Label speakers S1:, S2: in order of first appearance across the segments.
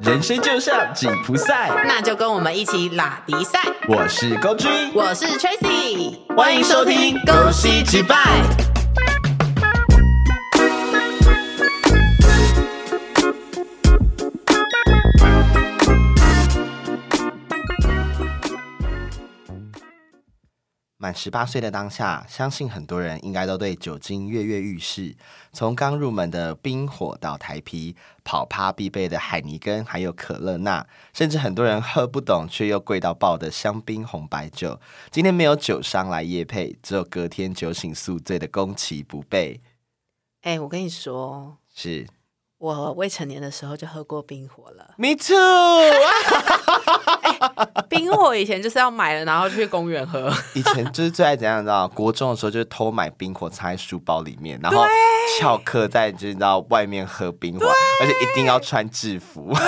S1: 人生就像紧箍赛，
S2: 那就跟我们一起拉迪赛。
S1: 我是高君，
S2: 我是 Tracy，
S1: 欢迎收听
S2: 《
S1: 恭喜击败》。满十八岁的当下，相信很多人应该都对酒精跃跃欲试。从刚入门的冰火到台啤，跑趴必备的海尼根，还有可乐娜，甚至很多人喝不懂却又贵到爆的香槟红白酒。今天没有酒商来夜配，只有隔天酒醒宿醉的攻其不备。
S2: 哎、我跟你说，
S1: 是
S2: 我未成年的时候就喝过冰火了。
S1: ，Me too 。
S2: 冰火以前就是要买了，然后去公园喝。
S1: 以前就是最爱怎样，你知道？国中的时候就是偷买冰火藏在书包里面，然后翘课在就是你知道外面喝冰火，而且一定要穿制服。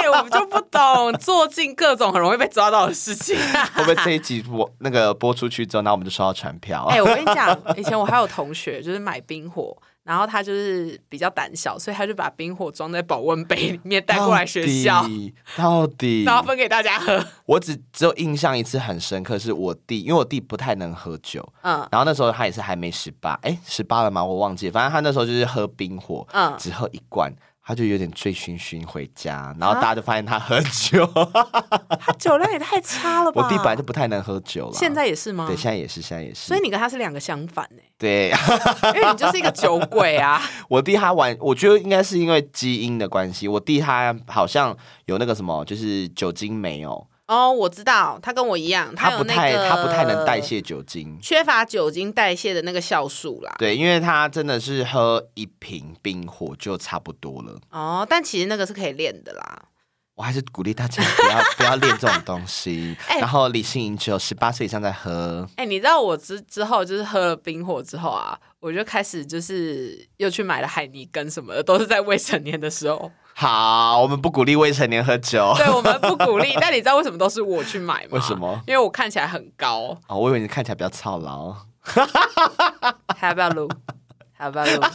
S2: 对，我就不懂做尽各种很容易被抓到的事情。
S1: 会不会这一集播那个播出去之后，那我们就收到传票？
S2: 哎、我跟你讲，以前我还有同学就是买冰火，然后他就是比较胆小，所以他就把冰火装在保温杯里面带过来学校
S1: 到，底，到底
S2: 然后分给大家喝。
S1: 我只只有印象一次很深刻，是我弟，因为我弟不太能喝酒，
S2: 嗯，
S1: 然后那时候他也是还没十八，哎，十八了吗？我忘记了，反正他那时候就是喝冰火，
S2: 嗯
S1: 只喝一罐。他就有点醉醺醺回家，
S2: 啊
S1: 然后大家就发现他喝酒。
S2: 他酒量也太差了 吧！
S1: 我弟本来就不太能喝酒了，
S2: 现在也是吗？
S1: 对，现在也是，现在也是。
S2: 所以你跟他是两个相反呢、
S1: 对
S2: 因为你就是一个酒鬼啊。
S1: 我弟他玩，我觉得应该是因为基因的关系，我弟他好像有那个什么，就是酒精没有，
S2: 哦，我知道，他跟我一样，
S1: 他
S2: 有
S1: 不
S2: 那
S1: 太
S2: 个
S1: 他不太能代，谢酒精。
S2: 缺乏酒精代谢的那个酵素啦。
S1: 对，因为他真的是喝一瓶冰火就差不多了。
S2: 哦，但其实那个是可以练的啦。
S1: 我还是鼓励大家不要不要练这种东西，
S2: 哎
S1: 然后理性饮酒，十八岁以上再喝。
S2: 哎、你知道我之之后就是喝了冰火之后啊，我就开始就是又去买了海尼根什么的，都是在未成年的时 候。
S1: 好，我们不鼓励未成年喝 酒。
S2: 对我们不鼓励，但你知道为什么都是我去买吗？
S1: 为什么？
S2: 因为我看起来很高。
S1: 哦，我以为你看起来比较操劳。
S2: 还要不要录？还要不要录？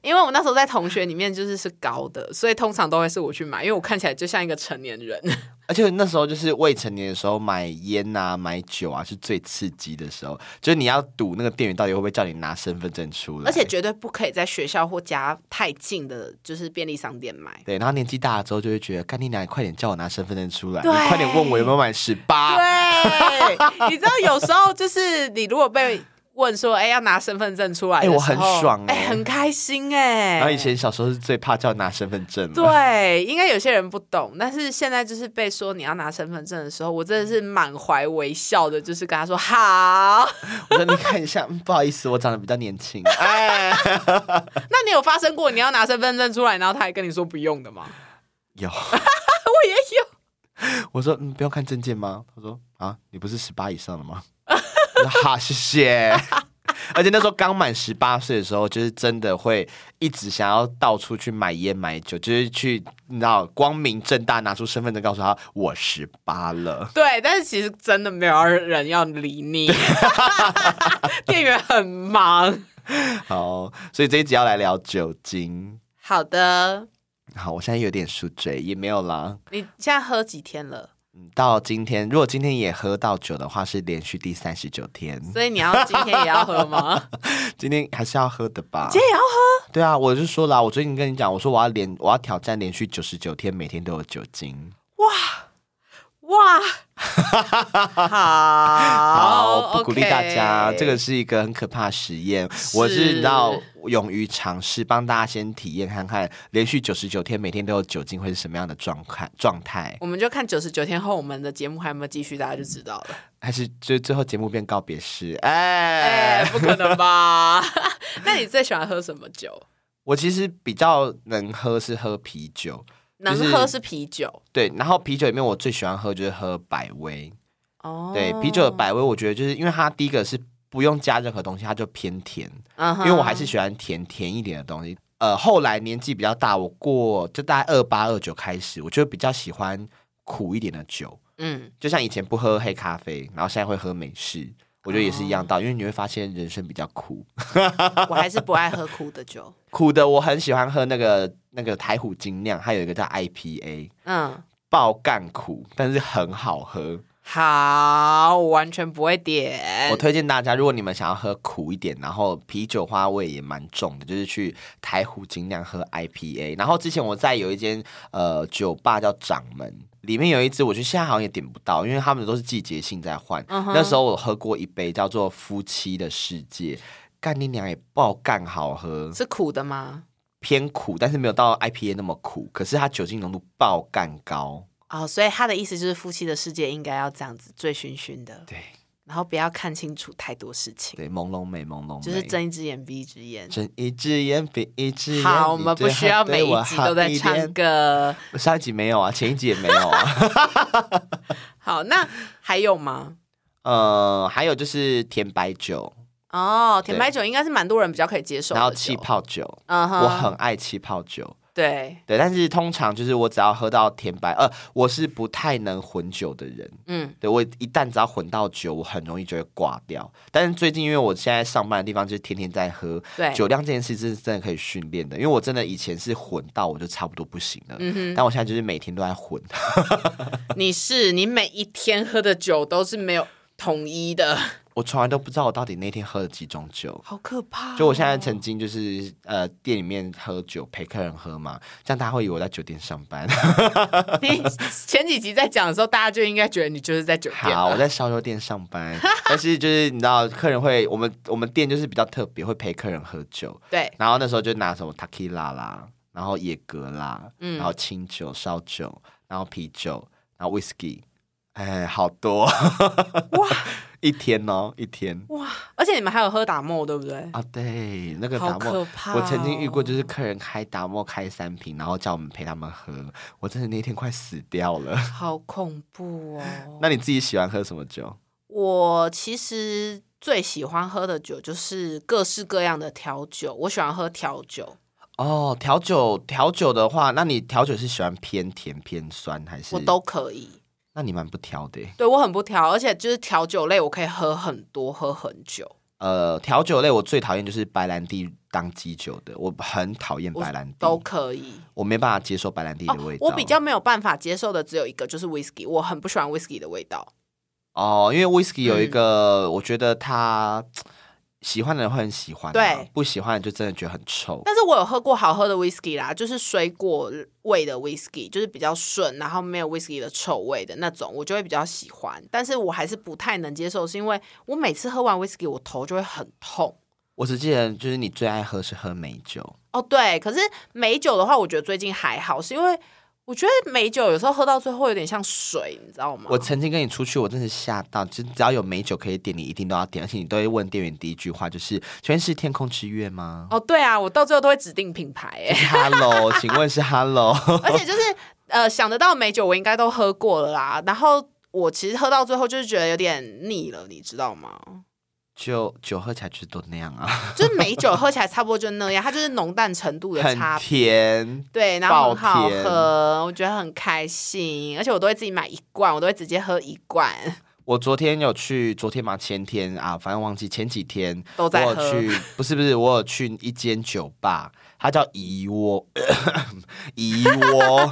S2: 因为我那时候在同学里面就是是高的，所以通常都会是我去买，因为我看起来就像一个成年人。
S1: 而且那时候就是未成年的时候，买烟啊、买酒啊是最刺激的时候，就是你要赌那个店员到底会不会叫你拿身份证出来，
S2: 而且绝对不可以在学校或家太近的，就是便利商店买。
S1: 对，然后年纪大了之后就会觉得，干你娘，你快点叫我拿身份证出来，你
S2: 对
S1: 快点问我有没有满十八。
S2: 对，你知道有时候就是你如果被问说，哎、要拿身份证出来
S1: 哎
S2: 的时候，
S1: 我很爽
S2: 哎、
S1: 哎
S2: 很开心哎、
S1: 然后以前小时候是最怕叫拿身份证了，
S2: 对，应该有些人不懂，但是现在就是被说你要拿身份证的时候，我真的是满怀微笑的，就是跟他说好。
S1: 我说你看一下，嗯不好意思，我长得比较年轻。 哎，
S2: 那你有发生过你要拿身份证出来，然后他还跟你说不用的吗？
S1: 有，
S2: 我也有，
S1: 我说嗯，不用看证件吗？他说啊，你不是十八以上的吗？ 我说好，谢谢。 而且那时候刚满十八岁的时候，就是真的会一直想要到处去买烟买酒，就是去你知道光明正大拿出身份证告诉他我十八了。
S2: 对，但是其实真的没有人要理你，店员很忙。
S1: 好，所以这一集要来聊酒精。
S2: 好的，
S1: 好，我现在有点宿醉，也没有啦。
S2: 你现在喝几天了？
S1: 嗯到今天，如果今天也喝到酒的话，是连续第三十九天。
S2: 所以你要今天也要喝吗？
S1: 今天还是要喝的吧？
S2: 今天也要喝？
S1: 对啊，我就说啦，我最近跟你讲，我说我要连我要挑战连续九十九天每天都有酒精。
S2: 哇，好，
S1: 不鼓励大家
S2: OK
S1: 这个是一个很可怕的实验。我是你知道勇于尝试，帮大家先体验看看，连续九十九天每天都有酒精会是什么样的状态状态，
S2: 我们就看九十九天后我们的节目还有没有继续，大家就知道了。
S1: 还是就最后节目变告别式？哎、
S2: 哎、不可能吧？那你最喜欢喝什么酒？
S1: 我其实比较能喝是喝啤酒，
S2: 能
S1: 就是
S2: 喝是啤酒
S1: 对，然后啤酒里面我最喜欢喝就是喝百威。
S2: 哦
S1: 对，啤酒的，百威，我觉得就是因为它第一个是不用加任何东西，它就偏甜，
S2: 嗯
S1: 因
S2: 哼
S1: 为我还是喜欢甜甜一点的东西。呃，后来年纪比较大，我过就大概二八二九开始，我就比较喜欢苦一点的酒，
S2: 嗯
S1: 就像以前不喝黑咖啡，然后现在会喝美式。我觉得也是一
S2: 哦
S1: 样道理，因为你会发现人生比较苦，
S2: 我还是不爱喝苦 的酒。
S1: 苦的我很喜欢喝那个那个台虎精酿，还有一个叫 IPA，
S2: 嗯，
S1: 爆干苦，但是很好喝。
S2: 好，我完全不会点
S1: 我。推荐大家，如果你们想要喝苦一点，然后啤酒花味也蛮重的，就是去台虎精酿喝 IPA。然后之前我在有一间呃酒吧叫掌门，里面有一支，我觉得现在好像也点不到，因为他们都是季节性在换。
S2: 嗯哼
S1: 那时候我喝过一杯叫做《夫妻的世界》，干你娘也爆干好喝，
S2: 是苦的吗？
S1: 偏苦，但是没有到 IPA 那么苦，可是它酒精浓度爆干高。
S2: 哦，所以他的意思就是夫妻的世界应该要这样子醉醺醺的，
S1: 对
S2: 然后不要看清楚太多事情，
S1: 对，朦胧美，朦胧美，
S2: 就是睁一只眼闭一只眼。
S1: 睁一只眼闭一只眼。
S2: 好，
S1: 你
S2: 我们不
S1: 最
S2: 需要
S1: 好对
S2: 每
S1: 我
S2: 一集
S1: 好
S2: 都在
S1: 一点
S2: 唱歌。
S1: 上一集没有啊，前一集也没有啊。
S2: 好，那还有吗？
S1: 呃，还有就是甜白酒，
S2: 哦，甜白酒应该是蛮多人比较可以接受的
S1: 然后
S2: 酒
S1: 气，泡酒，
S2: 嗯哼，
S1: 我很爱气泡酒。
S2: 对，
S1: 对，但是通常就是我只要喝到甜白，呃，我是不太能混酒的人。
S2: 嗯，
S1: 对我一旦只要混到酒，我很容易就会挂掉。但是最近因为我现在上班的地方就是天天在喝，
S2: 对，
S1: 酒量这件事真是真的可以训练的。因为我真的以前是混到我就差不多不行了，
S2: 嗯
S1: 但我现在就是每天都在混。
S2: 哼，你是你每一天喝的酒都是没有统一的，
S1: 我从来都不知道我到底那天喝了几种酒。
S2: 好可怕 哦、
S1: 就我现在曾经就是呃店里面喝酒陪客人喝嘛，这样他会以为我在酒店上班。
S2: 你前几集在讲的时候，大家就应该觉得你就是在酒店
S1: 好，我
S2: 了。
S1: 在烧肉店上班，但是就是你知道客人会，我们我们店就是比较特别，会陪客人喝酒。
S2: 对，
S1: 然后那时候就拿什么 t a k i l a 啦，然后野格啦，
S2: 嗯
S1: 然后清酒、烧酒，然后啤酒，然后 whisky，哎，好多
S2: 哇
S1: 一天哦，一天
S2: 哇，而且你们还有喝打沫，对不对？
S1: 啊，对，那个
S2: 好
S1: 达摩
S2: 可怕哦、
S1: 我曾经遇过，就是客人开达莫开三瓶，然后叫我们陪他们喝，我真的那天快死掉了。
S2: 好恐怖哦。
S1: 那你自己喜欢喝什么酒？
S2: 我其实最喜欢喝的酒就是各式各样的调酒，我喜欢喝调酒，
S1: 哦，调酒，调酒的话，那你调酒是喜欢偏甜偏酸还是？
S2: 我都。可以。
S1: 那你蛮不挑的耶。欸
S2: 对我很不挑，而且就是调酒类，我可以喝很多，喝很久。
S1: 呃，调酒类我最讨厌就是白兰地当基酒的，我哦很讨厌白兰地，
S2: 都可以。哦
S1: 我没办法接受白兰地嗯的味道。
S2: 我比较没有办法接受的只有一个，就是 whisky，我很不喜欢 whisky 的味道。
S1: 哦，因为 whisky 有一个，我觉得他喜欢的人会很喜欢啊、
S2: 对
S1: 不喜欢的就真的觉得很臭。
S2: 但是我有喝过好喝的 whisky 啦，就是水果味的 whisky，就是比较顺，然后没有 whisky 的臭味的那种，我就会比较喜欢。但是我还是不太能接受，是因为我每次喝完 whisky，我头就会很痛。
S1: 我只记得就是你最爱喝是喝美酒，
S2: 哦，对，可是美酒的话，我觉得最近还好，是因为我觉得美酒有时候喝到最后有点像水，你知道吗？
S1: 我曾经跟你出去，我真的吓到，就只要有美酒可以点，你一定都要点，而且你都会问店员第一句话就是：“全是天空之月 吗，
S2: 哦，对啊，我到最后都会指定品牌哎
S1: ？”Hello，请 问是 Hello？
S2: 而且就是呃想得到美酒我应该都喝过了啦，然后我其实喝到最后就是觉得有点腻了，你知道吗？
S1: 就酒喝起来就是都那样啊，
S2: 就是美酒喝起来差不多就那样，它就是浓淡程度的
S1: 很
S2: 差别。
S1: 甜。
S2: 对，然后很
S1: 爆
S2: 好
S1: 甜
S2: 喝，我觉得很开心，而且我都会自己买一罐，我都会直接喝一罐，
S1: 我昨天有去，昨天嘛，前天啊，反正忘记前几天，
S2: 都在
S1: 我有
S2: 喝
S1: 去，不是不是，我有去一间酒吧，它叫怡窝，怡窝，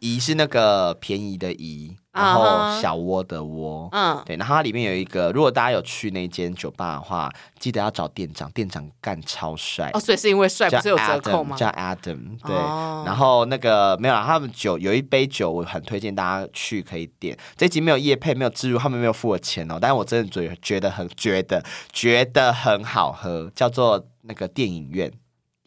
S1: 怡是那个便宜的怡，然
S2: 啊
S1: 后
S2: 哈
S1: 小窝的窝，
S2: 嗯，
S1: 对，然后它里面有一个，如果大家有去那间酒吧的话，记得要找店长，店长干超帅。
S2: 哦，所以是因为帅
S1: 叫
S2: 不是有折扣
S1: Adam，
S2: 吗？
S1: 叫 Adam，对。
S2: 哦
S1: 然后那个没有啦，他们酒有一杯酒，我很推荐大家去可以点。这集没有夜配，没有植入，他们没有付我钱哦。但是我真的觉得觉得很觉得觉得很好喝，叫做那个电影院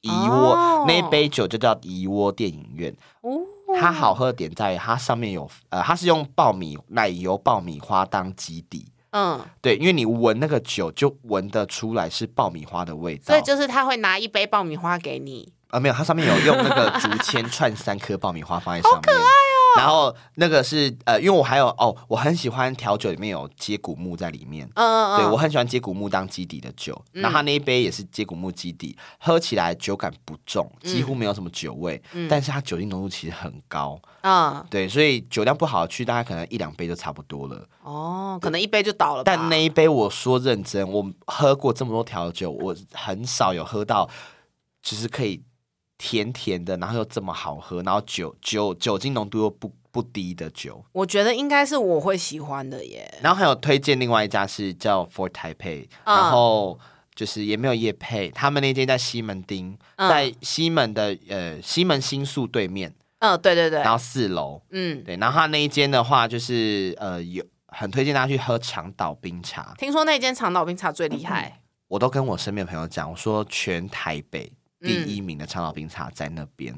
S1: 怡窝、
S2: 哦
S1: 那一杯酒就叫怡窝电影院。
S2: 哦，
S1: 它好喝的点在于它上面有呃，它是用爆米奶油爆米花当基底。
S2: 嗯，
S1: 对，因为你闻那个酒，就闻得出来是爆米花的味道。
S2: 所以就是他会拿一杯爆米花给你，
S1: 啊，没有，它上面有用那个竹签串三颗爆米花放在上面，好可爱哦然后那个是呃，因为我还有哦，我很喜欢调酒，里面有接骨木在里面。
S2: 嗯
S1: 对
S2: 嗯
S1: 我
S2: 嗯，
S1: 很喜欢接骨木当基底的酒，那、它那一杯也是接骨木基底，喝起来酒感不重，几乎没有什么酒味，但是它酒精浓度其实很高，
S2: 嗯，
S1: 对，所以酒量不好的去，大概可能一两杯就差不多了。
S2: 哦，可能一杯就倒了吧。
S1: 但那一杯，我说认真，我喝过这么多调酒，我很少有喝到，就是可以甜甜的，然后又这么好喝，然后酒酒酒精浓度又不不低的酒。
S2: 我觉得应该是我会喜欢的耶。
S1: 呃然后还有推荐另外一家是叫 For Taipei，、
S2: 嗯
S1: 然后就是也没有夜配，他们那间在西门町，
S2: 嗯
S1: 在西门的呃西门新宿对面，
S2: 嗯，对对对
S1: 然，后四楼，
S2: 嗯，
S1: 对，然后他那一间的话就是呃有很推荐大家去喝长岛冰茶，
S2: 听说那间长岛冰茶最厉害。
S1: 我都跟我身边的朋友讲，我说全台北第
S2: 嗯
S1: 一名的长岛冰茶在那边。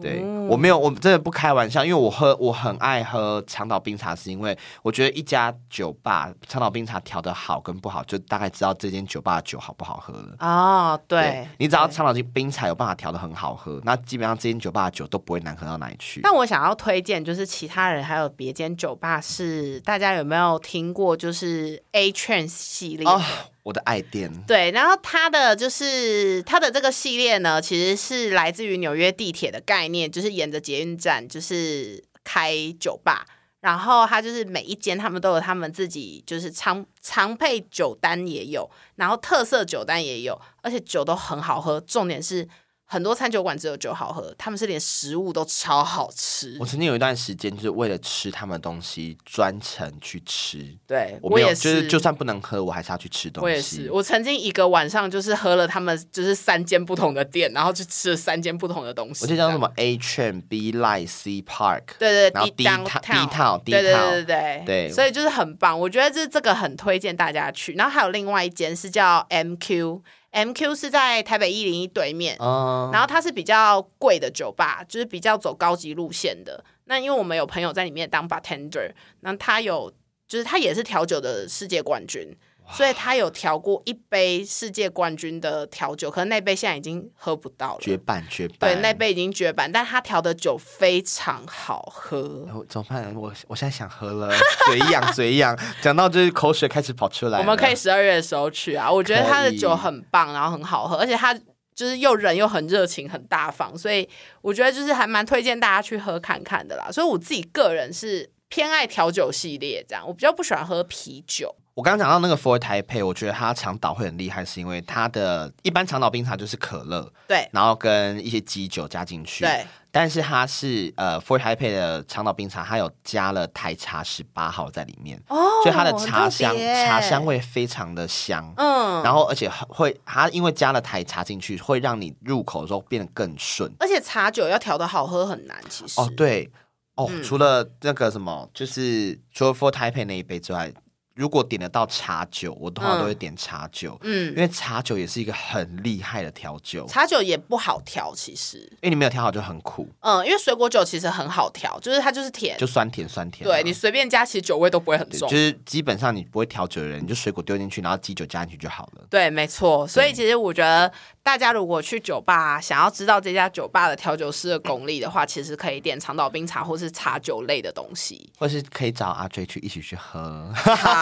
S1: 对，
S2: 哦
S1: 我没有，我真的不开玩笑，因为我喝，我很爱喝长岛冰茶，是因为我觉得一家酒吧长岛冰茶调的好跟不好，就大概知道这间酒吧的酒好不好喝了。
S2: 哦，对，
S1: 嗯你只要
S2: 对
S1: 长岛冰茶有办法调的很好喝，那基本上这间酒吧的酒都不会难喝到哪里去。
S2: 但我想要推荐，就是其他人还有别间酒吧是大家有没有听过？就是 A Train 系列。
S1: 哦，我的爱店，
S2: 对，然后它的就是它的这个系列呢，其实是来自于纽约地铁的概念，就是沿着捷运站就是开酒吧，然后它就是每一间他们都有他们自己就是常常配酒单也有，然后特色酒单也有，而且酒都很好喝，重点是。很多餐酒馆只有酒好喝，他们是连食物都超好吃
S1: 我。曾经有一段时间就是为了吃他们的东西专程去吃，
S2: 对，
S1: 我没有，
S2: 也
S1: 就是就算不能喝，我还是要去吃东西。
S2: 我也是，我曾经一个晚上就是喝了他们就是三间不同的店，然后就吃了三间不同的东西。
S1: 我记得叫什？么 A Train、B Line、C Park，
S2: 对对，
S1: 然后 D
S2: D
S1: 套 D 套
S2: Downtown
S1: ，D
S2: 对对
S1: 套
S2: 对对对
S1: 对
S2: 所以就是很棒，我觉得这这个很推荐大家去。然后还有另外一间是叫 MQ。MQ 是在台北一零一对面，
S1: 嗯，
S2: 然后它是比较贵的酒吧，就是比较走高级路线的。那因为我们有朋友在里面当 bartender，那他有就是他也是调酒的世界冠军，所以他有调过一杯世界冠军的调酒，可是那杯现在已经喝不到
S1: 绝
S2: 了。
S1: 版绝版，
S2: 对，那杯已经绝版，但他调的酒非常好喝。
S1: 哎。我怎么办？我我现在想喝了，嘴 痒嘴痒，讲到就是口水开始跑出来了。
S2: 我们可以十二月的时候去啊，我觉得他的
S1: 可以
S2: 酒很棒，然后很好喝，而且他就是又人又很热情、很大方，所以我觉得就是还蛮推荐大家去喝看看的啦。所以我自己个人是偏爱调酒系列这样，我比较不喜欢喝啤酒。
S1: 我刚刚讲到那个 For 台配，我觉得它长岛会很厉害，是因为它的一般长岛冰茶就是可乐，
S2: 对
S1: 然后跟一些基酒加进去。
S2: 对，
S1: 但是它是呃 For 台配的长岛冰茶，它有加了台茶十八号在里面，
S2: 哦
S1: 所以它的茶香茶香，味非常的香。
S2: 嗯，
S1: 然后，而且会它因为加了台茶进去，会让你入口的时候变得更顺。
S2: 而且茶酒要调的好喝很难，其实
S1: 哦，对，哦，
S2: 嗯
S1: 除了那个什么，就是除了 For Taipei 那一杯之外，如果点得到茶酒，我通常都会点茶酒，因
S2: 嗯，
S1: 为茶酒也是一个很厉害的调酒，
S2: 茶酒也不好调，其实，
S1: 因为你没有调好就很苦，
S2: 嗯，因为水果酒其实很好调，就是它就是甜，
S1: 就酸甜酸甜啊、
S2: 对你随便加，其实酒味都不会很
S1: 对
S2: 重
S1: 就。是基本上你不会调酒的人，你就水果丢进去，然后基酒加进去就好了。。
S2: 对，没错。所以其实我觉得，大家如果去酒吧想要知道这家酒吧的调酒师的功力的话，其实可以点长岛冰茶或是茶酒类的东西
S1: 或是可以找阿追去一起去喝，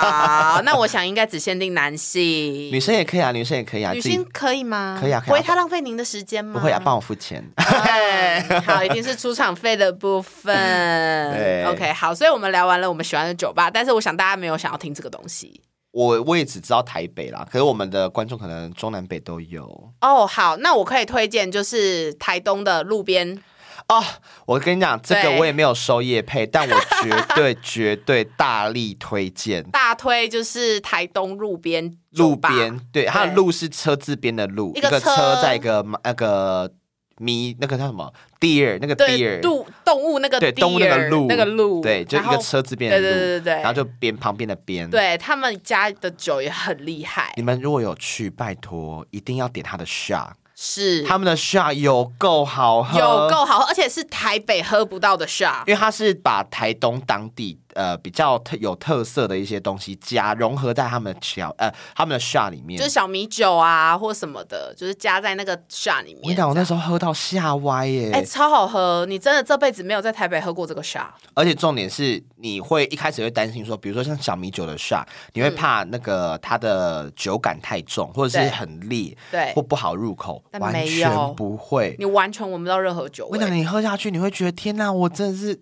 S2: 好，那我想应该只限定男性，
S1: 女
S2: 女
S1: 生也可以啊，女生也可以啊，自己
S2: 性可以吗？
S1: 可以啊可以啊
S2: 不会太浪费您的时间吗？
S1: 不会啊，帮我付钱。
S2: 嗯好，一定是出场费的部分
S1: 对。
S2: OK，好，所以我们聊完了我们喜欢的酒吧，但是我想大家没有想要听这个东西。
S1: 我我也只知道台北啦，可是我们的观众可能中南北都有
S2: 哦，好，那我可以推荐就是台东的路边
S1: 哦。我跟你讲，这个
S2: 对
S1: 我也没有收业配，但我绝 对绝对大力推荐。
S2: 大推就是台东路边酒
S1: 路
S2: 吧
S1: 边对，它的
S2: 对
S1: 路是车字边的路，
S2: 一
S1: 一
S2: 个
S1: 个
S2: 车
S1: 车在一个那个迷那个叫什么 deer 那个
S2: 对
S1: deer
S2: 动动物那个
S1: 对动物那个
S2: deer，
S1: 鹿
S2: 那个鹿，
S1: 对，就一
S2: 然后
S1: 个车字边的
S2: 对
S1: 路，
S2: 对对对对，
S1: 然后就边旁边的边。
S2: 对他们家的酒也很厉害，
S1: 你们如果有去，拜托一定要点它的 shot，
S2: 是
S1: 他们的 shot 有够好喝，嗯
S2: 有够好喝，而且是台北喝不到的 shot，
S1: 因为它是把台东当地呃比较特有特色的一些东西加融合在他们的调呃他们的 shot 里面
S2: 就是。小米酒啊或什么的，就是加在那个 shot 里
S1: 我跟你
S2: 面。
S1: 讲，我那时候喝到吓歪耶、
S2: 哎、超好喝！你真的这辈子没有在台北喝过这个 shot，
S1: 而且重点是，你会一开始会担心说，比如说像小米酒的 shot，你会怕那个它的酒感太重，或者是
S2: 嗯对
S1: 很烈，
S2: 对
S1: 或不好入口，
S2: 但
S1: 完
S2: 没
S1: 全
S2: 有
S1: 不会。
S2: 你完全闻不到任何酒
S1: 我
S2: 味
S1: 跟你。讲，你喝下去，你会觉得天哪，我真的是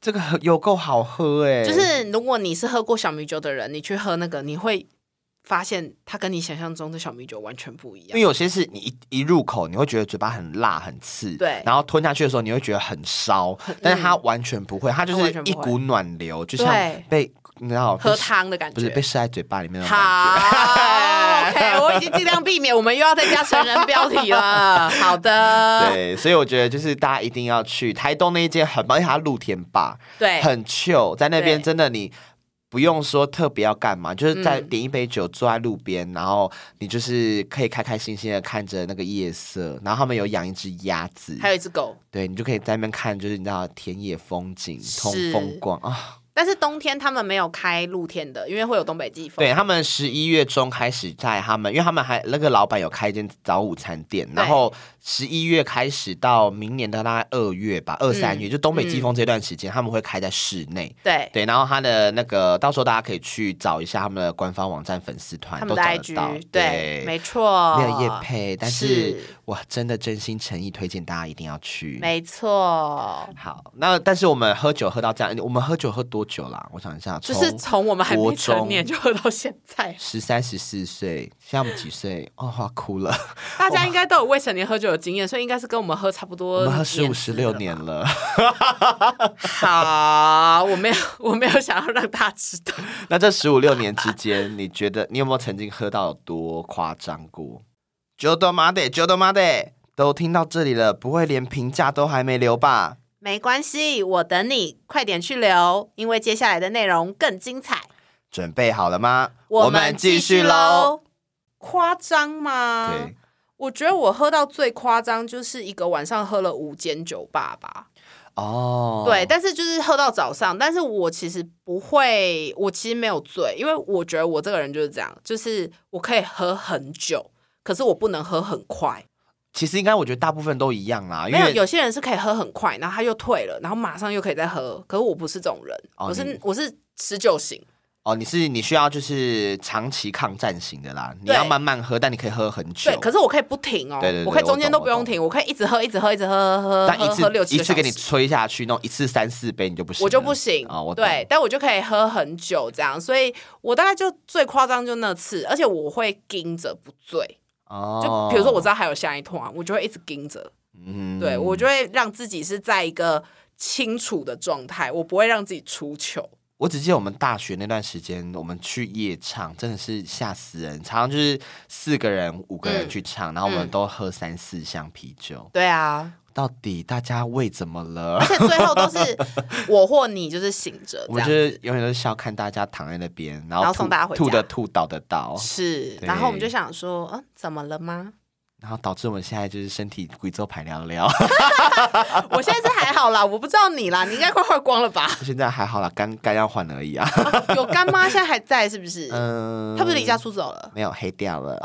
S1: 这个很有够好喝哎、
S2: 就是如果你是喝过小米酒的人，你去喝那个，你会发现它跟你想象中的小米酒完全不一
S1: 因
S2: 样
S1: 为。有些是你一一入口，你会觉得嘴巴很辣很刺，
S2: 对嗯
S1: 然后吞下去的时候你会觉得很烧，但是它完全不会，它就
S2: 它
S1: 是
S2: 完全不
S1: 一
S2: 会
S1: 股暖流，就像
S2: 对
S1: 被你知道
S2: 喝
S1: 被
S2: 汤的感觉，
S1: 不是被塞在嘴巴里面的
S2: 好
S1: 感觉。
S2: ，OK，我已经尽量避免，我们又要再加成人标题 了。好的，
S1: 对，所以我觉得就是大家一定要去台东那一间很棒，而且它露天吧，
S2: 对
S1: 很 chill，在那边
S2: 对
S1: 真的你不用说特别要干嘛，就是在
S2: 嗯
S1: 点一杯酒，坐在路边，然后你就是可以开开心心的看着那个夜色，然后他们有养一只鸭子，
S2: 还有一只狗，
S1: 对你就可以在那边看，就是你知道田野风景、通
S2: 是
S1: 风光 啊。
S2: 但是冬天他们没有开露天的，因为会有东北季风。
S1: 对他们十一月中开始在他们，因为他们还那个老板有开一间早午餐店，然后十一月开始到明年的大概二月吧，二
S2: 嗯
S1: 三月、就东北季风这段时间，他们会开在室内。
S2: 对
S1: 对，然后他的那个，到时候大家可以去找一下他们的官方网站、粉丝团，
S2: 他
S1: 都
S2: 们的
S1: 找得到
S2: IG，。对，
S1: 对，
S2: 没错，
S1: 没有叶配，但是
S2: 是
S1: 我真的真心诚意推荐大家一定要去。
S2: 没错，
S1: 好，那但是我们喝酒喝到这样，我们喝酒喝多久啦？我想一下，
S2: 就是
S1: 从
S2: 从我们还
S1: 国
S2: 没
S1: 中
S2: 成年就喝到现在，
S1: 十三、十四岁，现在我们几岁？哦，哇哭了，
S2: 大家应该都有未成年喝酒的经验，所以应该是跟我们喝差不多
S1: 我
S2: 年
S1: 们喝
S2: 资了吧，
S1: 十五、十六年了。
S2: 好，我没有，我没有想要让大家知道。
S1: 那这十五六年之间，你觉得你有没有曾经喝到有多夸张过？九斗马得，九斗马得，都听到这里了，不会连评价都还没留吧？
S2: 没关系，我等你，快点去留，因为接下来的内容更精彩。
S1: 准备好了吗？。。
S2: 夸张吗？
S1: 对，，
S2: 我觉得我喝到最夸张就是一个晚上喝了五间酒吧吧。
S1: 哦，
S2: 对，，但是就是喝到早上，但是我其实不会，我其实没有醉，因为我觉得我这个人就是这样，就是我可以喝很久，可是我不能喝很快。
S1: 其实应该我觉得大部分都一样啦，因
S2: 没有，
S1: 为
S2: 有些人是可以喝很快，然后他又退了，然后马上又可以再喝。可是我不是这种人，
S1: 哦你
S2: 我是我是持久型，
S1: 哦，你是你需要就是长期抗战型的啦，你
S2: 对
S1: 要慢慢喝，但你可以喝很久
S2: 对。。可是我可以不停哦，
S1: 对对对
S2: 我可以中间都
S1: 我懂
S2: 不用停，我可以一直喝，一直喝，一直喝，喝喝
S1: 但一
S2: 喝喝六
S1: 次
S2: 七
S1: 一
S2: 个
S1: 次
S2: 小
S1: 给你
S2: 时。
S1: 吹下去，那种一次三四杯你就不行了，
S2: 我就不行
S1: 啊我懂
S2: 对，但我就可以喝很久这样，所以我大概就最夸张就那次，而且我会盯着不醉，
S1: 哦。
S2: 就比如说我知道还有下一趟，我就会一直盯着，
S1: 嗯
S2: 对我就会让自己是在一个清楚的状态，我不会让自己出糗，
S1: 我只记得我们大学那段时间，我们去夜唱，真的是吓死人。常常就是四个人、五个人
S2: 嗯
S1: 去唱，然后我们
S2: 嗯
S1: 都喝三四箱啤酒。
S2: 对啊，
S1: 到底大家胃怎么
S2: 而
S1: 了？
S2: 且最后都 是我或你就是醒着，
S1: 我
S2: 这
S1: 们
S2: 样
S1: 就是永远都是笑看大家躺在那边，然后
S2: 然后
S1: 吐
S2: 送大家回
S1: 吐的
S2: 家
S1: 吐，倒的倒，
S2: 是。
S1: 对
S2: 然后我们就想说，嗯，怎么了吗？
S1: 然后导致我们现在就是身体贵州排寥寥。
S2: 我现在是还好啦，我不知道你啦，你应该快坏光了 吧？
S1: 现在还好啦，肝肝要换而已啊。
S2: 有干妈现在还在是不是？
S1: 嗯，
S2: 她不是离家哦出走了？
S1: 没有黑掉了。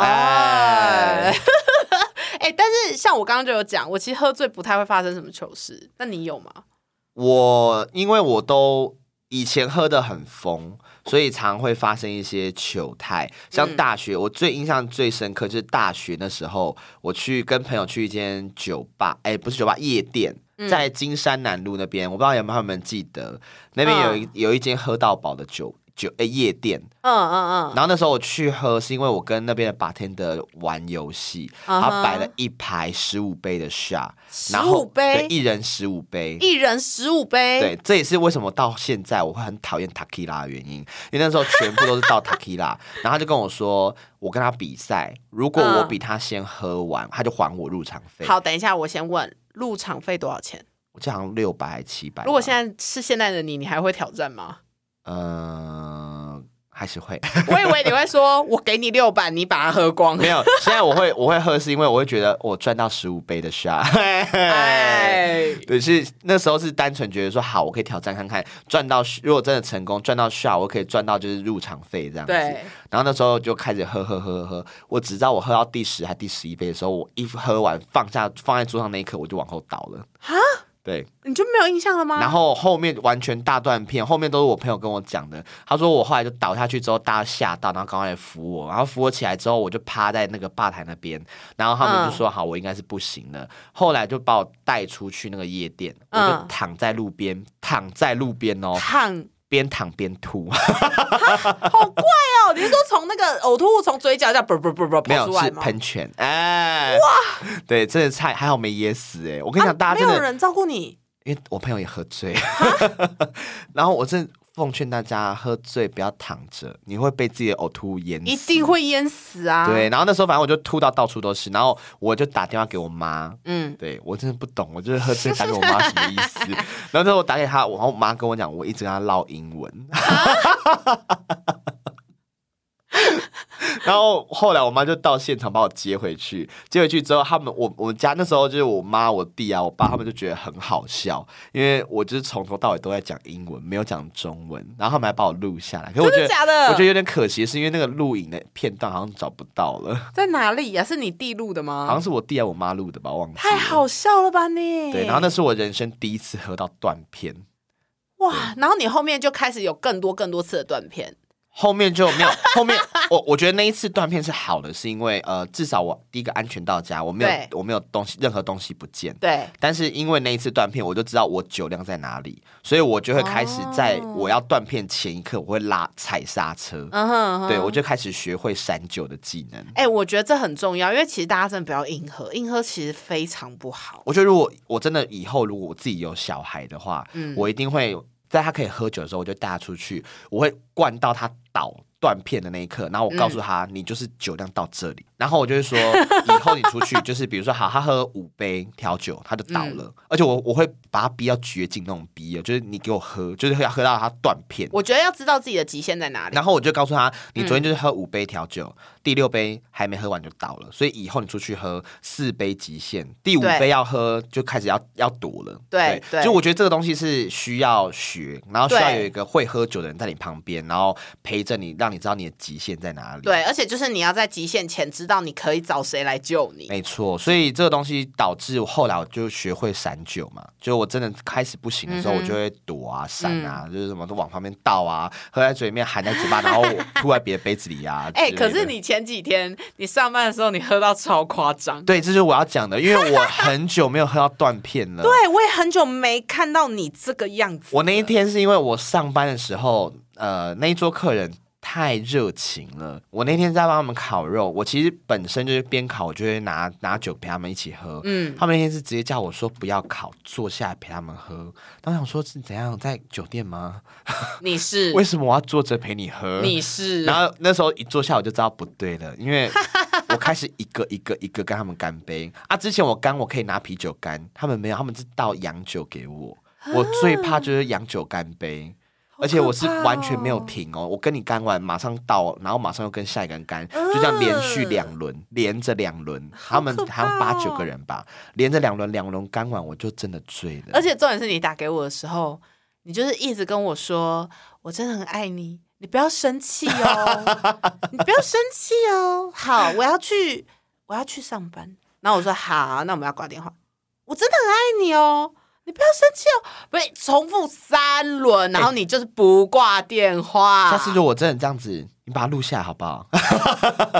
S2: 哎
S1: 哎，
S2: 哎、但是像我刚刚就有讲，我其实喝醉不太会发生什么糗事，那你有吗？
S1: 我因为我都以前喝的很疯，所以常会发生一些糗态。
S2: 嗯
S1: 像大学，我最印象最深刻就是大学那时候，我去跟朋友去一间酒吧，哎，不是酒吧，夜店。
S2: 嗯
S1: 在金山南路那边，我不知道有没有他们记得，那边有一、有一间喝到饱的酒酒哎夜店，
S2: 嗯嗯嗯，
S1: 然后那时候我去喝，是因为我跟那边的 bartender 玩游戏，
S2: 嗯哼
S1: 他摆了一排十五杯的 shot，然
S2: 十
S1: 后
S2: 五
S1: 对
S2: 杯，
S1: 一人十五杯。
S2: 一人十五杯，
S1: 对，这也是为什么到现在我会很讨厌 Takila 的原因，因为那时候全部都是倒 Takila，然后 他就跟我说，我跟他比赛，如果我比他先喝完，他就还我入场费。
S2: 嗯好，等一下，我先问入场费多少钱？
S1: 我记得好像六
S2: 哎
S1: 百还七百吧。
S2: 如果现在是现在的你，你还会挑战吗？
S1: 呃，还是会
S2: 我以为你会说，我给你六版，你把它喝 光。
S1: 没有。现在我会我会喝，是因为我会觉得我赚到十五杯的 shot。
S2: 哎，
S1: 对，是那时候是单纯觉得说好，我可以挑战看看，赚到如果真的成功赚到 shot，我可以赚到就是入场费这样子。
S2: 对
S1: 然后那时候就开始喝喝喝喝，喝我直到我喝到第十还第十一杯的时候，我一喝完放下放在桌上那一刻，我就往后倒了。
S2: 啊？
S1: 对，
S2: 你就没有印象了吗？
S1: 然后后面完全大断片，后面都是我朋友跟我讲的。他说我后来就倒下去之后，大家吓到，然后赶快来扶我，然后扶我起来之后，我就趴在那个吧台那边，然后他们
S2: 嗯
S1: 就说、好，我应该是不行了。后来就把我带出去那个夜店，我就
S2: 嗯
S1: 躺在路边，躺在路边哦，
S2: 烫
S1: 边躺边吐，
S2: 好怪哦！你是说从那个呕吐物从嘴角这样啵啵啵啵
S1: 没
S2: 跑
S1: 有
S2: 出来
S1: 是
S2: 吗？
S1: 喷泉，哎，哇，对，真的菜还好没噎死哎、我跟你讲，大家真
S2: 啊没
S1: 的
S2: 有人照顾你，
S1: 因为我朋友也喝醉， 然后我真的奉劝大家，喝醉不要躺着，你会被自己的呕吐物淹死。
S2: 一定会淹死啊！，
S1: 对，然后那时候反正我就吐到到处都是，然后我就打电话给我妈，
S2: 嗯，
S1: 对我真的不懂，我就是喝醉打给我妈什么意思？ 然后之后我打给她，我然后我妈跟我讲，我一直跟她唠英文。 然后后来我妈就到现场把我接回去，接回去之后，他们我我们家那时候就是我妈、我弟啊、我爸他们就觉得很好笑，因为我就是从头到尾都在讲英文，没有讲中文，然后他们还把我录下来。可是我觉
S2: 真的
S1: 得
S2: 假
S1: 我
S2: 的
S1: 觉得？有点可惜，是因为那个录影的片段好像找不到了，
S2: 在哪里啊呀？是你弟录的
S1: 好像
S2: 吗？
S1: 是我弟啊、我妈录的吧，忘记了。
S2: 太好笑了吧你？
S1: 对，然后那是我人生第一次喝到断片，
S2: 哇，然后你后面就开始有更多更多次的断片，
S1: 后面就没有。后面我我觉得那一次断片是好的，是因为呃，至少我第一个安全到家，我没
S2: 对
S1: 有我没有东西，任何东西不见。
S2: 对，
S1: 但是因为那一次断片，我就知道我酒量在哪里，所以我就会开始在
S2: 哦
S1: 我要断片前一刻，我会拉踩刹车。
S2: 嗯哼嗯哼
S1: 对，我就开始学会闪酒的技能。
S2: 哎、我觉得这很重要，因为其实大家真的不要硬喝，硬喝其实非常不好。
S1: 我觉得如果我真的以后如果我自己有小孩的话，我一定会在他可以喝酒的时候，我就带他出去，我会灌到他倒断片的那一刻，然后我告诉他，你就是酒量到这里，然后我就会说，以后你出去就是比如说好，他喝五杯调酒，他就倒了，而且我我会把他逼到绝境那种逼，啊就是你给我喝，就是要喝到他断片。
S2: 我觉得要知道自己的极限在哪里。
S1: 然后我就告诉他，你昨天
S2: 嗯
S1: 就是喝五杯调酒，第六杯还没喝完就倒了，所以以后你出去喝四杯极限，第五
S2: 对
S1: 杯要喝就开始要要赌了。
S2: 对对
S1: 就我觉得这个东西是需要学，然后需要
S2: 对
S1: 有一个会喝酒的人在你旁边，然后陪着你，让你知道你的极限在哪里。。
S2: 对，而且就是你要在极限前知道你可以找谁来救你。
S1: 没错，所以这个东西导致我后来我就学会散酒嘛，就我真的开始不行的时
S2: 嗯
S1: 候，我就会躲啊、闪啊，就是什么都往旁边倒啊，喝在嘴里面，含在嘴巴，然后我吐在别的杯子里啊。
S2: 哎、
S1: 之类
S2: 可
S1: 的
S2: 是你前几天你上班的时候，你喝到超夸张。
S1: 对，这就是我要讲的，因为我很久没有喝到断片了。
S2: 对，我也很久没看到你这个样子。
S1: 我那一天是因为我上班的时候，呃，那一桌客人太热情了。我那天在帮他们烤肉，我其实本身就是边烤，我就会拿拿酒陪他们一起喝。
S2: 嗯，
S1: 他们那天是直接叫我说不要烤，坐下来陪他们喝。当时我说是怎样在酒店吗？
S2: 你是
S1: 为什么我要坐着陪你喝？
S2: 你是，
S1: 然后那时候一坐下我就知道不对了，因为我开始一个一个一个跟他们干杯啊。之前我干我可以拿啤酒干，他们没有，他们是倒洋酒给我。
S2: 啊
S1: 我最怕就是洋酒干杯，而且我是完全没有停哦。我跟你干完马上倒，然后马上又跟下一个人干，就这样连续两轮，连着两轮。他们
S2: 嗯可
S1: 好像
S2: 怕
S1: 八
S2: 哦
S1: 九个人吧，连着两轮，两轮干完我就真的醉了
S2: 而。且重点是你打给我的时候，你就是一直跟我说，我真的很爱你，你不要生气 哦，你不要生气哦。好，我要去，我要去上班。然后我说好，那我们要挂电话。我真的很爱你哦，你不要生气哦。被重复三轮，然后你就是不挂电话。
S1: 下次如果我真的这样子，你把它录下来好不好？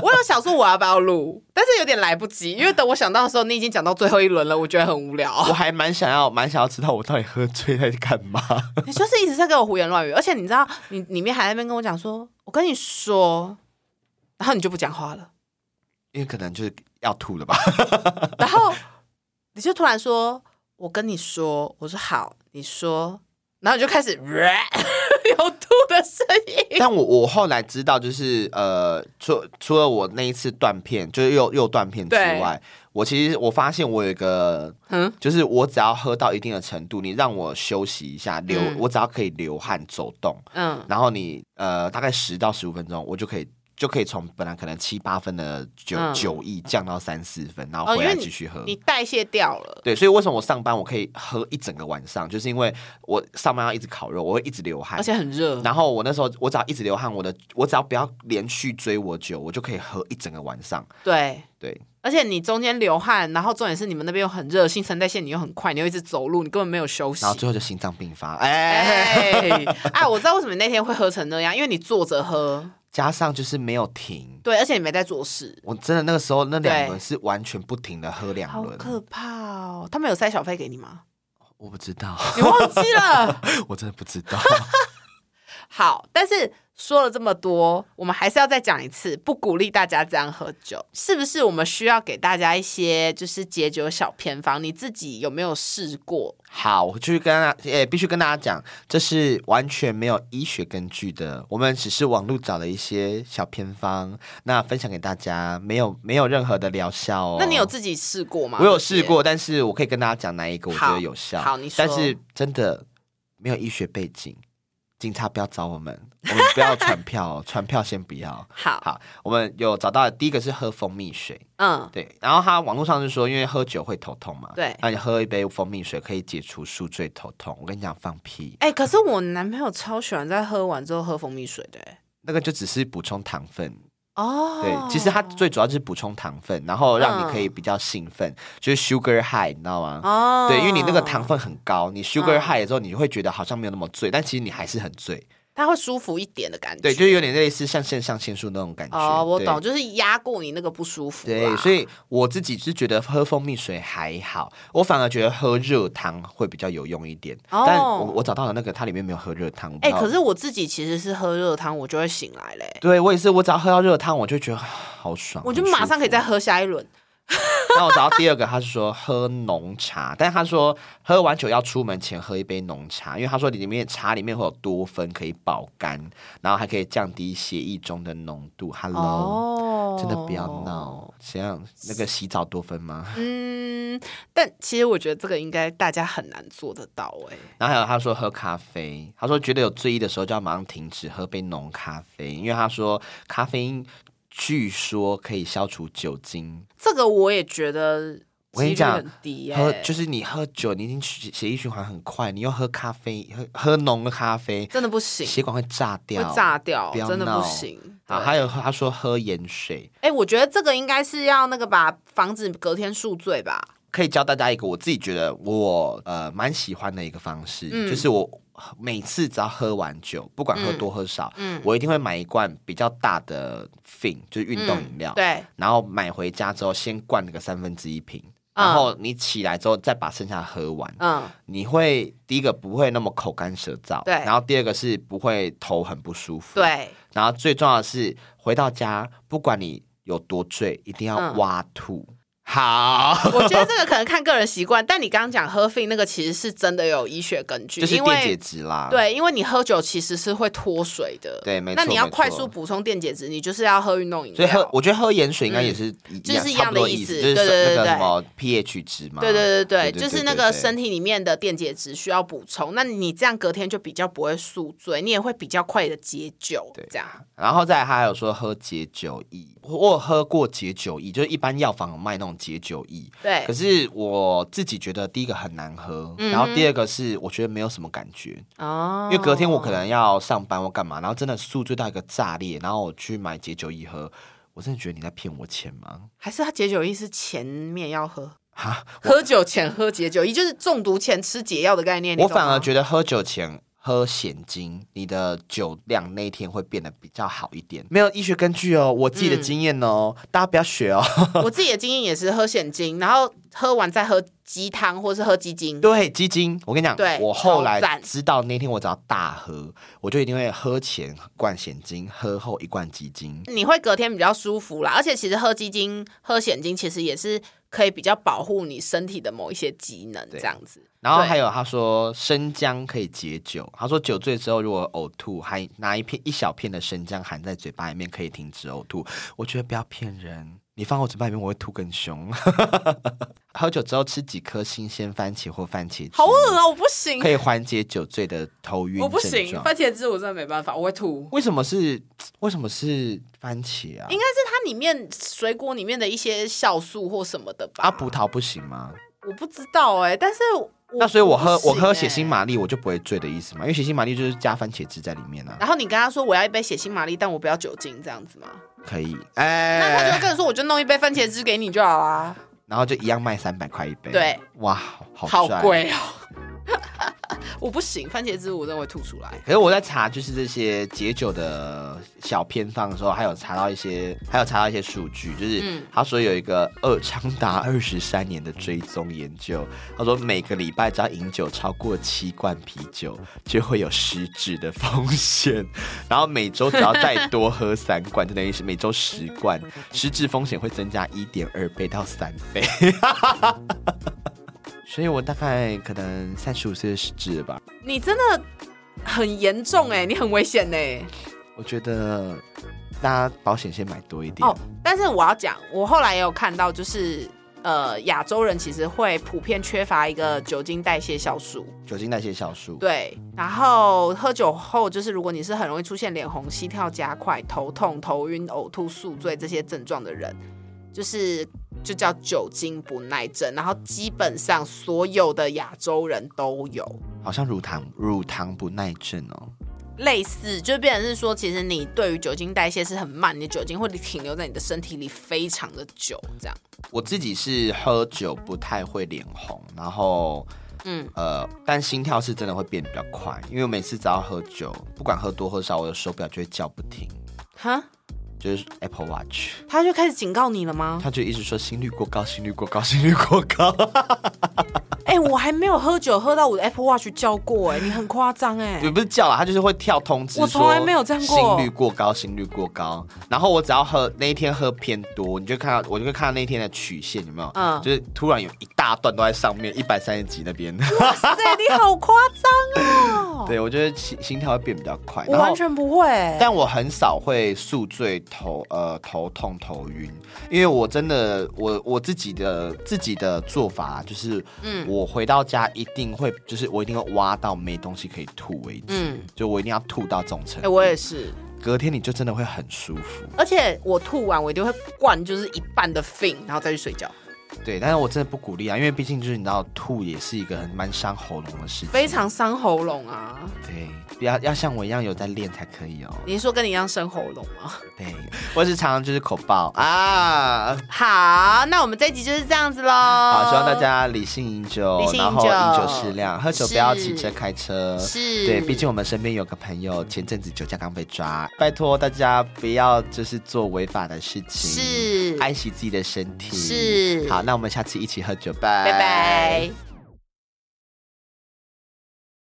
S2: 我有想说我要不要录，但是有点来不及，因为等我想到的时候，你已经讲到最后一轮了，我觉得很无聊
S1: 我。 还蛮想要，蛮想要知道我到底喝醉在干嘛。
S2: 你就是一直在跟我胡言乱语，而且你知道，你里面还在那边跟我讲说，我跟你说，然后你就不讲话了，
S1: 因为可能就是要吐了吧。
S2: 然后你就突然说，我跟你说，我说好，你说，然后你就开始 有吐的声音，
S1: 但我我后来知道，就是呃，除除了我那一次断片，就是又又断片之外，我其实我发现我有一个，嗯，就是我只要喝到一定的程度，你让我休息一下，流，我只要可以流汗走动，
S2: 嗯，
S1: 然后你呃大概十到十五分钟，我就可以就可以从本来可能七八分的酒
S2: 嗯
S1: 酒意降到三四分，然后
S2: 哦，
S1: 回
S2: 因
S1: 来
S2: 为
S1: 继
S2: 你
S1: 续喝。
S2: 你代谢掉了，
S1: 对，所以为什么我上班我可以喝一整个晚上，就是因为我上班要一直烤肉，我会一直流汗
S2: 而。且很热，
S1: 然后我那时候我只要一直流汗，我的我只要不要连续追我酒，我就可以喝一整个晚上。
S2: 对。
S1: 对，
S2: 而且你中间流汗，然后重点是你们那边又很热，新陈代谢你又很快，你又一直走路，你根本没有休息
S1: 然。后最后就心脏病发，哎，
S2: 哎，哎，我知道为什么你那天会喝成那样，因为你坐着喝，
S1: 加上就是没有停，
S2: 对，而且你没在做事，
S1: 我真的那个时候那两
S2: 对
S1: 轮是完全不停的喝两
S2: 好
S1: 轮，
S2: 可怕哦！他们有塞小费给你吗？
S1: 我不知道，
S2: 你忘记了？
S1: 我真的不知道。
S2: 好，但是说了这么多，我们还是要再讲一次，不鼓励大家这样喝酒，是不是？我们需要给大家一些就是解酒小偏方，你自己有没有试过？
S1: 好，我去跟大家，也必须跟大家讲，这是完全没有医学根据的，我们只是网络找了一些小偏方，那分享给大家，没有没有任何的疗效哦。
S2: 那你有自己试过吗？
S1: 我有试过，但是我可以跟大家讲哪一个我觉
S2: 好
S1: 得有效。
S2: 好你说
S1: 但是真的没有医学背景，警察不要找我们，我们不 要传票哦，传票先不要。
S2: 这些。好，
S1: 好，我们有找到的第一个是喝蜂蜜水，
S2: 嗯，
S1: 对，然后他网络上是说，因为喝酒会头痛嘛，
S2: 对
S1: 那你喝一杯蜂蜜水可以解除宿醉头痛。我跟你讲，放屁，
S2: 哎、可是我男朋友超喜欢在喝完之后喝蜂蜜水的、哎
S1: 那个就只是补充糖分，
S2: 哦，嗯
S1: 对，其实它最主要就是补充糖分，然后让你可以比较兴奋，就是 sugar high，你知道吗？
S2: 哦，
S1: 对，因为你那个糖，分很高，你 sugar
S2: 嗯
S1: high 了之后，你会觉得好像没有那么醉，但其实你还是很醉。
S2: 它会舒服一点的感觉。
S1: 对，就是有点类似像肾上腺素那种感觉。
S2: 哦，我
S1: 对
S2: 懂，。就是压过你那个不舒服啦。
S1: 对，所以我自己是觉得喝蜂蜜水还好，我反而觉得喝热汤会比较有用一点。
S2: 哦
S1: 但我我找到的那个它里面没有喝热汤。我不
S2: 哎、
S1: 知道
S2: 可是我自己其实是喝热汤，我就会醒来嘞、
S1: 对我也是，我只要喝到热汤，我就觉得啊好爽，
S2: 我就马上可以再
S1: 再。
S2: 喝下一轮。
S1: 那我找到第二个，他是说喝浓茶，但是他说喝完酒要出门前喝一杯浓茶，因为他说里面茶里面会有多酚可以保肝，然后还可以降低血液中的浓度。Hello，、
S2: 哦
S1: 真的不要。闹，谁让那个洗澡多酚吗？
S2: 嗯，但其实我觉得这个应该大家很难做得到哎、
S1: 然后还有他说喝咖啡，他说觉得有醉意的时候就要马上停止喝杯浓咖啡，因为他说咖啡因据说可以消除酒精。
S2: 这个我也觉得
S1: 我跟你
S2: 几率
S1: 讲
S2: 很低哎、
S1: 喝就是你喝酒，你已经血血液循环很快，你又喝咖啡，喝喝浓的咖啡，
S2: 真的不行，
S1: 血管会炸掉，
S2: 会炸掉，
S1: 不要
S2: 真的
S1: 闹
S2: 不行。
S1: 啊！还有他说喝盐水，
S2: 哎、我觉得这个应该是要那个吧，防止隔天宿醉吧。
S1: 可以教大家一个我自己觉得我呃蛮喜欢的一个方式，
S2: 嗯
S1: 就是我每次只要喝完酒，不管喝多喝少，
S2: 嗯
S1: 我一定会买一罐比较大的 Fin，就是运动饮料，
S2: 嗯对，
S1: 然后买回家之后先灌那个三分之一瓶。
S2: 嗯
S1: 然后你起来之后再把剩下的喝完，
S2: 嗯，
S1: 你会第一个不会那么口干舌燥，
S2: 对
S1: 然后第二个是不会头很不舒服，
S2: 对，
S1: 然后最重要的是，回到家，不管你有多醉，一定要
S2: 嗯
S1: 挖吐。 好，
S2: 我觉得这个可能看个人习惯，但你刚刚讲喝 f 那个其实是真的有医学根据，
S1: 就是
S2: 因
S1: 电解
S2: 为
S1: 质啦。，
S2: 对，因为你喝酒其实是会脱水的，
S1: 对没错
S2: 那你要
S1: 没错
S2: 快速补充电解质，你就是要喝运动饮
S1: 所以喝
S2: 料，。
S1: 我觉得喝盐水应该也是一
S2: 嗯就是一
S1: 差不
S2: 样的
S1: 多
S2: 意
S1: 思，
S2: 思
S1: 就是
S2: 对对对
S1: 那个
S2: 对
S1: 什么 pH 值嘛。
S2: 对对对对，
S1: 对
S2: 就是
S1: 对
S2: 那
S1: 对
S2: 个
S1: 对
S2: 身体里面的电解质需要补充，那你这样隔天就比较不会宿醉，你也会比较快的解酒，这样。
S1: 然后再来他还有说喝解酒液，我我有喝过解酒液，就是一般药房有卖那种解酒液。
S2: 对嗯
S1: 可，是我自己觉得第一个很难喝，然后第二个是我觉得没有什么感觉，
S2: 哦
S1: 因为隔天我可能要上班或干嘛，然后真的宿醉到一个炸裂，然后我去买解酒一喝，我真的觉得你在骗我钱吗？
S2: 还是他解酒意是前面要喝，
S1: 哈，
S2: 喝酒前喝解酒意，就是中毒前吃解药的概念。
S1: 我反而
S2: 得
S1: 觉得喝酒前喝险精，你的酒量那一天会变得比较好一点。没有医学根据哦，我自己的经验哦，大家不要学哦。
S2: 我自己的经验也是喝险精，然后喝完再喝鸡汤或是喝鸡精。
S1: 对，鸡精，我跟你讲
S2: 对，
S1: 我后
S2: 超
S1: 来
S2: 赞
S1: 知道那天我只要大喝，我就一定会喝前灌险精，喝后一罐鸡精。
S2: 你会隔天比较舒服啦，而且其实喝鸡精、喝险精其实也是可以比较保护你身体的某一些机能，这样子。
S1: 然后
S2: 对
S1: 还有他说生姜可以解酒，他说酒醉之后如果呕吐，还拿一片一小片的生姜含在嘴巴里面可以停止呕吐。我觉得不要骗人，你放我嘴巴里面，我会吐更凶。 喝酒之后吃几颗新鲜番茄或番茄汁，
S2: 好恶啊！我不行
S1: 可，以缓解酒醉的头晕
S2: 我不
S1: 症
S2: 行，
S1: 状。
S3: 番茄汁我真的没办法，我会吐。
S1: 为什么是为什么是番茄啊
S2: 应？该是它里面水果里面的一些酵素或什么的吧。
S1: 啊，葡萄不行吗？
S2: 我不知道哎、但是
S1: 那所以我喝
S2: 不行
S1: 我喝血腥
S2: 欸
S1: 玛丽，我就不会醉的意思嘛？因为血腥玛丽就是加番茄汁在里面啊，
S2: 然后你跟他说我要一杯血腥玛丽，但我不要酒精，这样子吗？
S1: 可以
S2: 那他
S1: 哎
S2: 就会，跟你说，我就弄一杯番茄汁给你就好啊啦。
S1: 然后就一样卖三百块一杯，
S2: 对，
S1: 哇，好
S2: 好
S1: 帅。
S2: 贵哦， 我不行，番茄汁我认为吐出来。
S1: 可是我在查就是这些解酒的小偏方的时候，还有查到一些，还有查到一些数据，就是他说有一个二长达 二十三年的追踪研究，他说每个礼拜只要饮酒超过七罐啤酒，就会有失智的风险，然后每周只要再多喝三罐，就等于是每周十罐，失智风险会增加一点二倍到三倍。 所以我大概可能三十五岁就失智了吧。
S2: 你真的很严重哎、你很危险哎、
S1: 我觉得大家保险先买多一点。
S2: 哦，但是我要讲，我后来也有看到，就是呃，亚洲人其实会普遍缺乏一个酒精代谢酵素，
S1: 酒精代谢酵素，
S2: 对。然后喝酒后，就是如果你是很容易出现脸红、心跳加快、头痛、头晕、呕吐、宿醉这些症状的人，就是就叫酒精不耐症。然后基本上所有的亚洲人都有。
S1: 好像乳糖乳糖不耐症哦。
S2: 类似，就变成是说，其实你对于酒精代谢是很慢，你的酒精会停留在你的身体里非常的久，这样。
S1: 我自己是喝酒不太会脸红，然后
S2: 嗯，
S1: 呃，但心跳是真的会变得比较快，因为我每次只要喝酒，不管喝多喝少，我的手表就会叫不停，
S2: 哈，
S1: 就是 Apple Watch，
S2: 他就开始警告你了吗？
S1: 它就一直说心率过高，心率过高，心率过高。
S2: 哎、我还没有喝酒喝到我的 Apple Watch 叫过、哎，你很夸张哎
S1: 也。不是叫啦，他就是会跳通知说，
S2: 我从来没有这样过
S1: 心率过高，心率过高。然后我只要喝那一天喝偏多，你就看到，我就会看到那一天的曲线有没有？
S2: 嗯
S1: 就是突然有一大段都在上面，一百三十几那 边。
S2: 哇塞，你好夸张 哦！
S1: 对，我觉得心心跳会变比较快。
S2: 我
S1: 然后
S2: 完，全不会、
S1: 但我很少会宿醉头呃头痛头晕，因为我真的我我自己的自己的做法就是，嗯，我回到家一定会就是我一定会挖到没东西可以吐为止，
S2: 嗯
S1: 就我一定要吐到这种程
S2: 哎、
S1: 度。
S2: 我也是，
S1: 隔天你就真的会很舒服。
S2: 而且我吐完我一定会灌就是一半的 fin，然后再去睡觉，
S1: 对，但是我真的不鼓励啊，因为毕竟就是你知道，吐也是一个很蛮伤喉咙的事情。
S2: 非常伤喉咙啊！
S1: 对，不要要像我一样有在练才可以哦。
S2: 你是说跟你一样生喉咙吗？
S1: 对，我是常常就是口爆啊。
S2: 好，那我们这集就是这样子喽。
S1: 好，
S2: 好
S1: 希望大家理性饮酒，
S2: 哦理性饮
S1: 然后
S2: 酒
S1: 饮酒适量，喝酒不要
S2: 是
S1: 骑车开车。
S2: 是
S1: 对，毕竟我们身边有个朋友前阵子酒驾刚被抓，拜托大家不要就是做违法的事情，
S2: 是
S1: 爱惜自己的身体。
S2: 是
S1: 好，那我们下次一起喝酒吧，
S2: 拜拜。